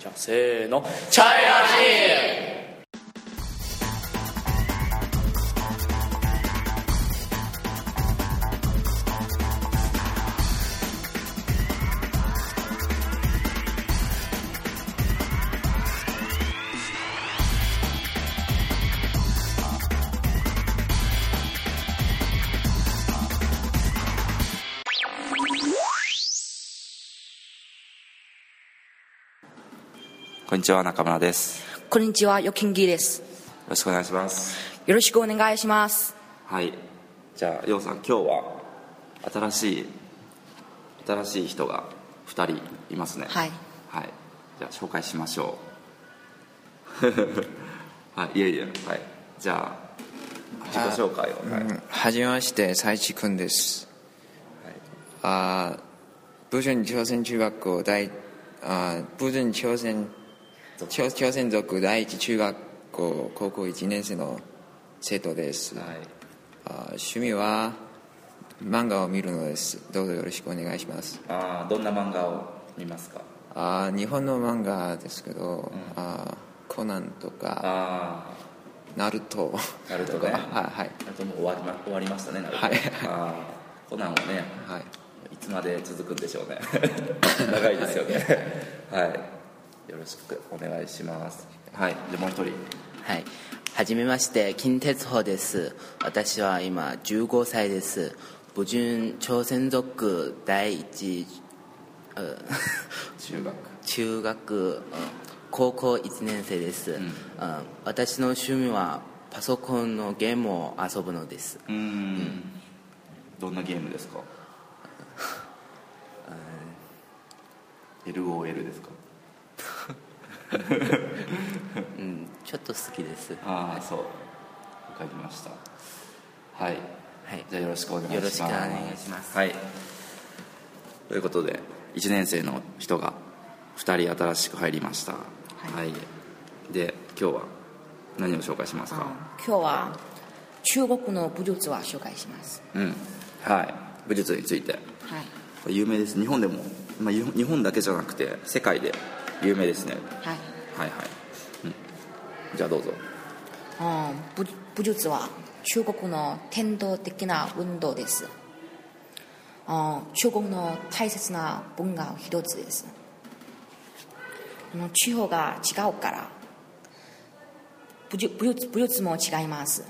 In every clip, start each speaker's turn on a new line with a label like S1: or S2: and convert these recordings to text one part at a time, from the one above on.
S1: じゃあせーのチャイラ
S2: こんにちは中村ですよ
S3: こんにちは、よきんぎです。
S2: ろしくお願いします
S3: よろしくお願いします。
S2: はいじゃあようさん今日は新しい新しい人が2人いますね
S3: はい、
S2: はい、じゃあ紹介しましょ うはいいえいえはいじゃあ自己紹介を、はい
S4: はじめまして、佐伯くんです。あー、武順朝鮮中学校第、あー武順朝鮮、朝朝鮮族第一中学校高校1年生の生徒です。
S2: はい
S4: あー趣味は漫画を見るのです。どうぞよろしくお願いします。
S2: あーどんな漫画を見ますか
S4: あー日本の漫画ですけど、あーコナンとか、
S2: あ
S4: ナルト。
S2: あなるほどね
S4: はい、はい。
S2: あともう終わりま終わりましたねなるほど、
S4: はい
S2: あーコナンはね
S4: はい
S2: いつまで続くんでしょう ね長いですよねはいよろしくお願いしますはいでもう一人
S5: はい。はじめまして、金哲穂です。私は今15歳です。武順朝鮮族区第一、う
S2: 中学
S5: 中学、うん高校1年生です、うん私の趣味はパソコンのゲームを遊ぶのです。
S2: うーんどんなゲームです か LOL ですか
S5: うん、ちょっと好きです。
S2: ああそうわかりましたはい
S5: はい。
S2: じゃあよろしくお願いします
S5: よろしくお願いします
S2: はいということで1年生の人が2人新しく入りましたはい、で今日は何を紹介しますか
S3: 今日は中国の武術を紹介します。
S2: うんはい武術について
S3: はい、
S2: 有名です日本でも、まあ、日本日本だけじゃなくて世界で有名ですね
S3: はい。
S2: はいはい、うんじゃあどうぞ
S3: うん、武武術は中国の伝統的な運動です。うん、中国の大切な文化の一つです。あの地方が違うから武術武術武術も違います。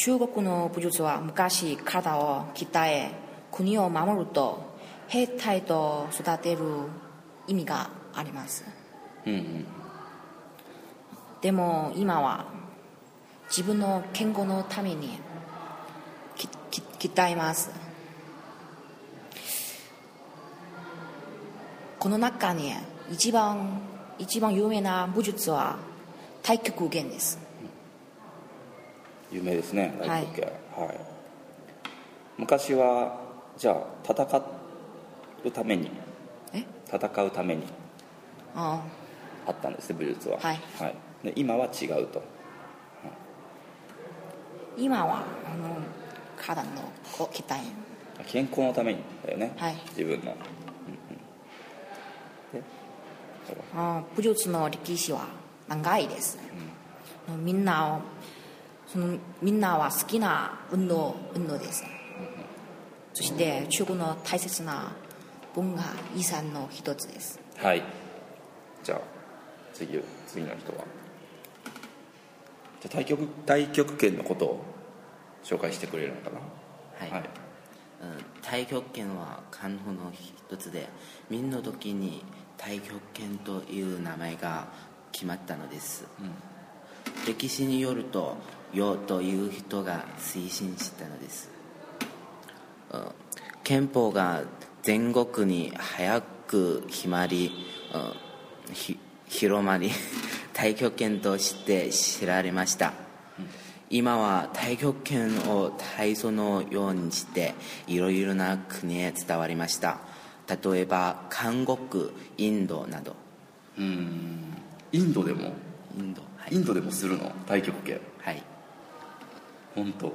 S3: 中国の武術は昔体を鍛え国を守ると兵隊と育てる意味があります。でも今は自分の健康のためにきき鍛えますこの中に一番一番有名な武術は太極拳です
S2: 有名ですね
S3: は
S2: 大
S3: い
S2: 黒拳はい、昔はじゃあ戦うために
S3: え
S2: 戦うために
S3: あ
S2: あったんですね武術は
S3: はい
S2: で今は違うと
S3: 今はあの体のこう鍛え
S2: 健康のためにだよね、
S3: はい
S2: 自分の
S3: あ武術の歴史は長いです、みんなをそのみんなは好きな運動運動です、そして中国の大切な文化遺産の一つです
S2: はいじゃあ次次の人はじゃあ太極太極拳のことを紹介してくれるのかな
S5: はいうん太極拳は漢方の一つで明の時に太極拳という名前が決まったのです、歴史によると楊という人が推進したのです、うん憲法が全国に早く決まり、うんひ広まり 太極拳として知られました、今は太極拳を体操のようにしていろいろな国へ伝わりました例えば韓国インドなど
S2: インドでも
S5: インドはい、
S2: インドでもするの太極拳
S5: はい、
S2: 本当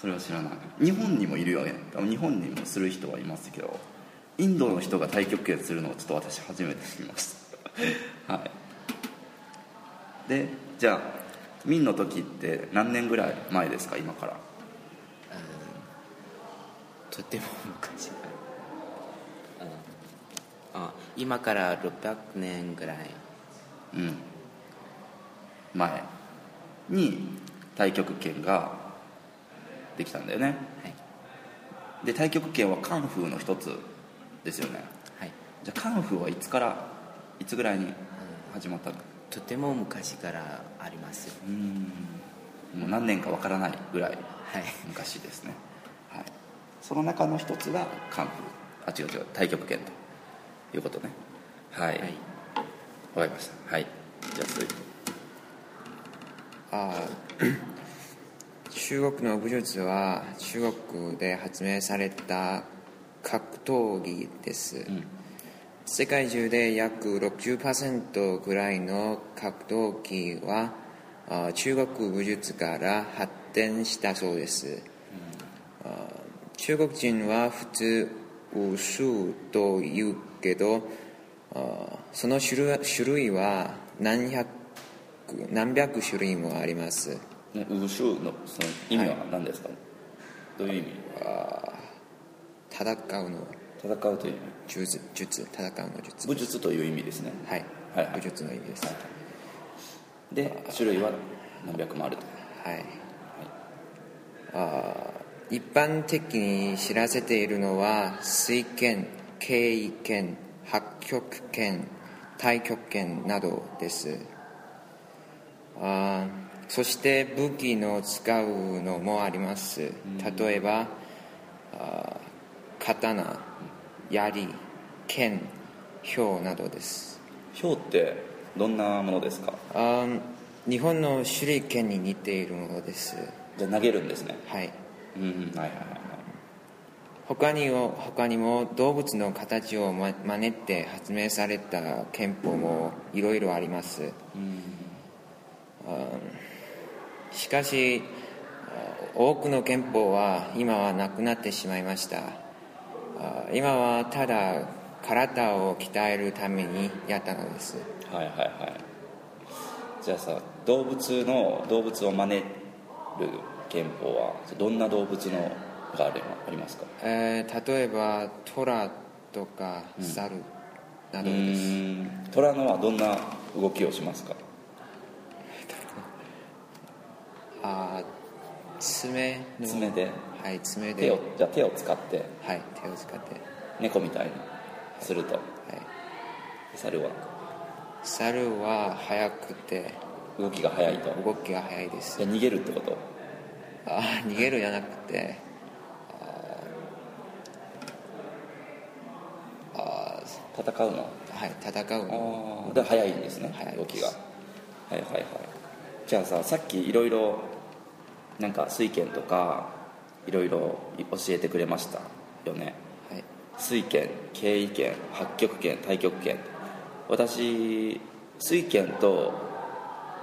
S2: それは知らない日本にもいるよね多分日本にもする人はいますけどインドの人が太極拳するのをちょっと私初めて知りました はいでじゃあ民の時って何年ぐらい前ですか今から
S5: とても昔あのあ今から600年ぐらい
S2: うん前に太極拳ができたんだよね
S5: はい
S2: で太極拳はカンフーの一つですよね
S5: はい
S2: じゃあカンフーはいつからいつぐらいに始まったの
S5: とても昔からありますよ
S2: もう何年かわからないぐらい
S5: はい
S2: 昔ですね、はい、その中の一つがカンフーあ違う違う太極拳ということねはい、
S5: はい
S2: わかりましたはいじゃあ続いて
S4: あ中国の武術は中国で発明された格闘技です、世界中で約60%ぐらいの格闘技はあ中国武術から発展したそうです、あ中国人は普通武術と言うけどあその種類種類は何百何百種類もあります、
S2: ねウーシューのその意味は何ですか、どういう意味
S4: 戦うの
S2: 戦うという意味
S4: 術術戦うの術
S2: 武術という意味ですね
S4: はい、
S2: はいはい
S4: 武術の意味ですは
S2: で種類は何百もあると
S4: い、あー一般的に知らせているのは水拳経緯拳八極拳太極拳などですあーそして武器の使うのもあります例えばあー刀槍剣豹などです
S2: 豹ってどんなものですか
S4: あー日本の手裏剣に似ているものです
S2: じゃあ投げるんですね
S4: はい
S2: うんうんはいはいはいはい
S4: 他にも他にも動物の形をま真似て発明された憲法もいろいろあります、あーしかしあー多くの憲法は今はなくなってしまいましたあー今はただ体を鍛えるためにやったのです
S2: はいはいはいじゃあさ動物の動物を真似る憲法はどんな動物のがあれありますか
S4: えー例えばトラとかサルなど
S2: う
S4: です、
S2: ん虎のはどんな動きをしますか
S4: あー爪の
S2: 爪で
S4: はい爪で
S2: 手をじゃあ手を使って
S4: はい手を使ってはい
S2: 猫みたいにすると猿は
S4: 猿は速くて
S2: 動きが速いと
S4: 動きが速いです
S2: じゃあ逃げるってこと
S4: あー逃げるじゃなくてあーあ
S2: 戦うの
S4: ーはい戦うの
S2: ああで早いんですね
S4: 早いです
S2: 動きがはいはいはいじゃあささっきいろいろなんか水拳とかいろいろ教えてくれましたよね
S4: はい
S2: 水拳経緯拳八極拳太極拳私水拳と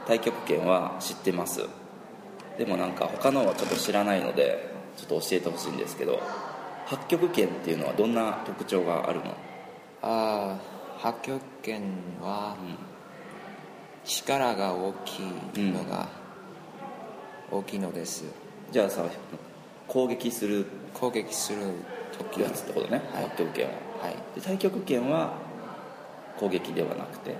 S2: 太極拳は知ってますでもなんか他のはちょっと知らないのでちょっと教えてほしいんですけど八極拳っていうのはどんな特徴があるの
S4: ああ八極拳は
S2: ん
S4: 力が大きいのが大きいのです、
S2: じゃあさ攻撃する
S4: 攻撃する時
S2: やつってことね
S4: はい
S2: 八極拳は
S4: はい
S2: で太極拳は攻撃ではなくて、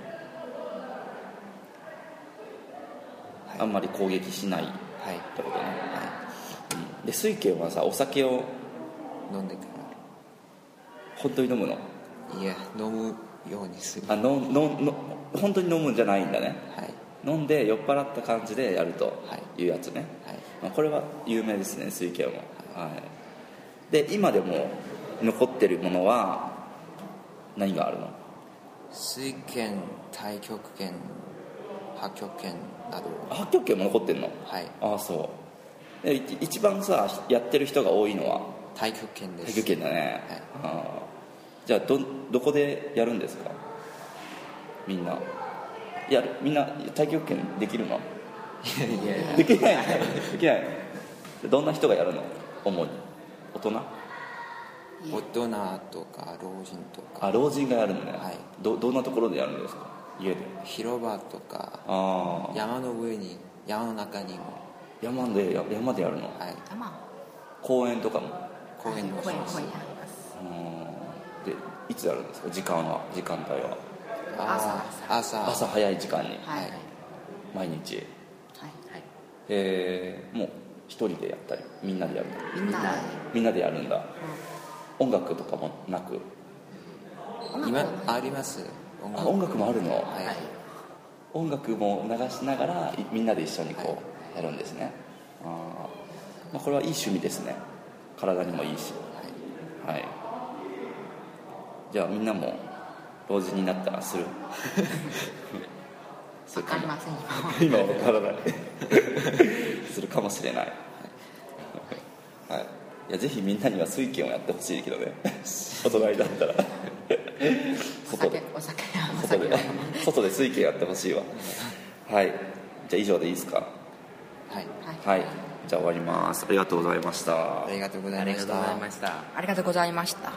S2: あんまり攻撃しないっ
S4: はい
S2: てことね、で水拳はさお酒を
S4: 飲んでか
S2: 本当に飲むの
S4: らいや飲むようにする
S2: あ
S4: はい
S2: ののの本当に飲むんじゃないんだね飲んで酔っ払った感じでやると
S4: はい
S2: いうやつね、
S4: はい
S2: まあ、これは有名ですね水拳も、はい、で今でも残ってるものは何があるの
S4: 水拳太極拳八極拳など
S2: 八極拳も残ってんの
S4: はい
S2: ああそうでい一番さやってる人が多いのは
S4: 太極拳です
S2: 太極拳だね、ああじゃあどどこでやるんですかみんなやるみんな太極拳できるの できないできないどんな人がやるの主に大人
S3: い
S4: 大人とか老人と
S2: あ
S4: か
S2: 老人がやるのね、
S4: はい
S2: どどんなところでやるんですか家で
S4: 広場とか
S2: ああ
S4: 山の上に山の中にも、
S2: 山でや山でやるの
S4: はい、
S3: ま
S2: 公園とかも
S4: 公園もし
S3: 声声
S4: ます
S3: になります
S2: うんでいつやるんですか時間は時間帯は
S4: あー朝
S2: 朝早い時間に
S3: はいはい
S2: 毎日
S3: はい
S2: えー、もう一人でやったりみんなでやる
S3: みんな
S2: みんなでやるんだ音楽とかもなく
S3: 音楽
S4: 今あります音
S2: あ音楽もあるの、
S4: はい、
S2: 音楽も流しながらいみんなで一緒にこうやるんですね、あーまあ、これはいい趣味ですね体にもいいしはい、じゃあみんなも老人になったらする
S3: わかりませんよ
S2: 今は分からないするかもしれないはい、はい、いやぜひみんなには水拳をやってほしいけどね大人になったら
S3: お
S2: 外
S3: 酒
S2: で
S3: お酒お
S2: 外
S3: 酒
S2: で外で水拳やってほしいわはいじゃあ以上でいいですか
S4: はい、
S2: はいじゃあ終わりますありがとうございました
S4: ありがとうござ
S5: あ
S4: い
S5: り
S4: ま
S5: がと
S4: し
S5: うござい
S4: た
S5: ました
S3: ありがとうございました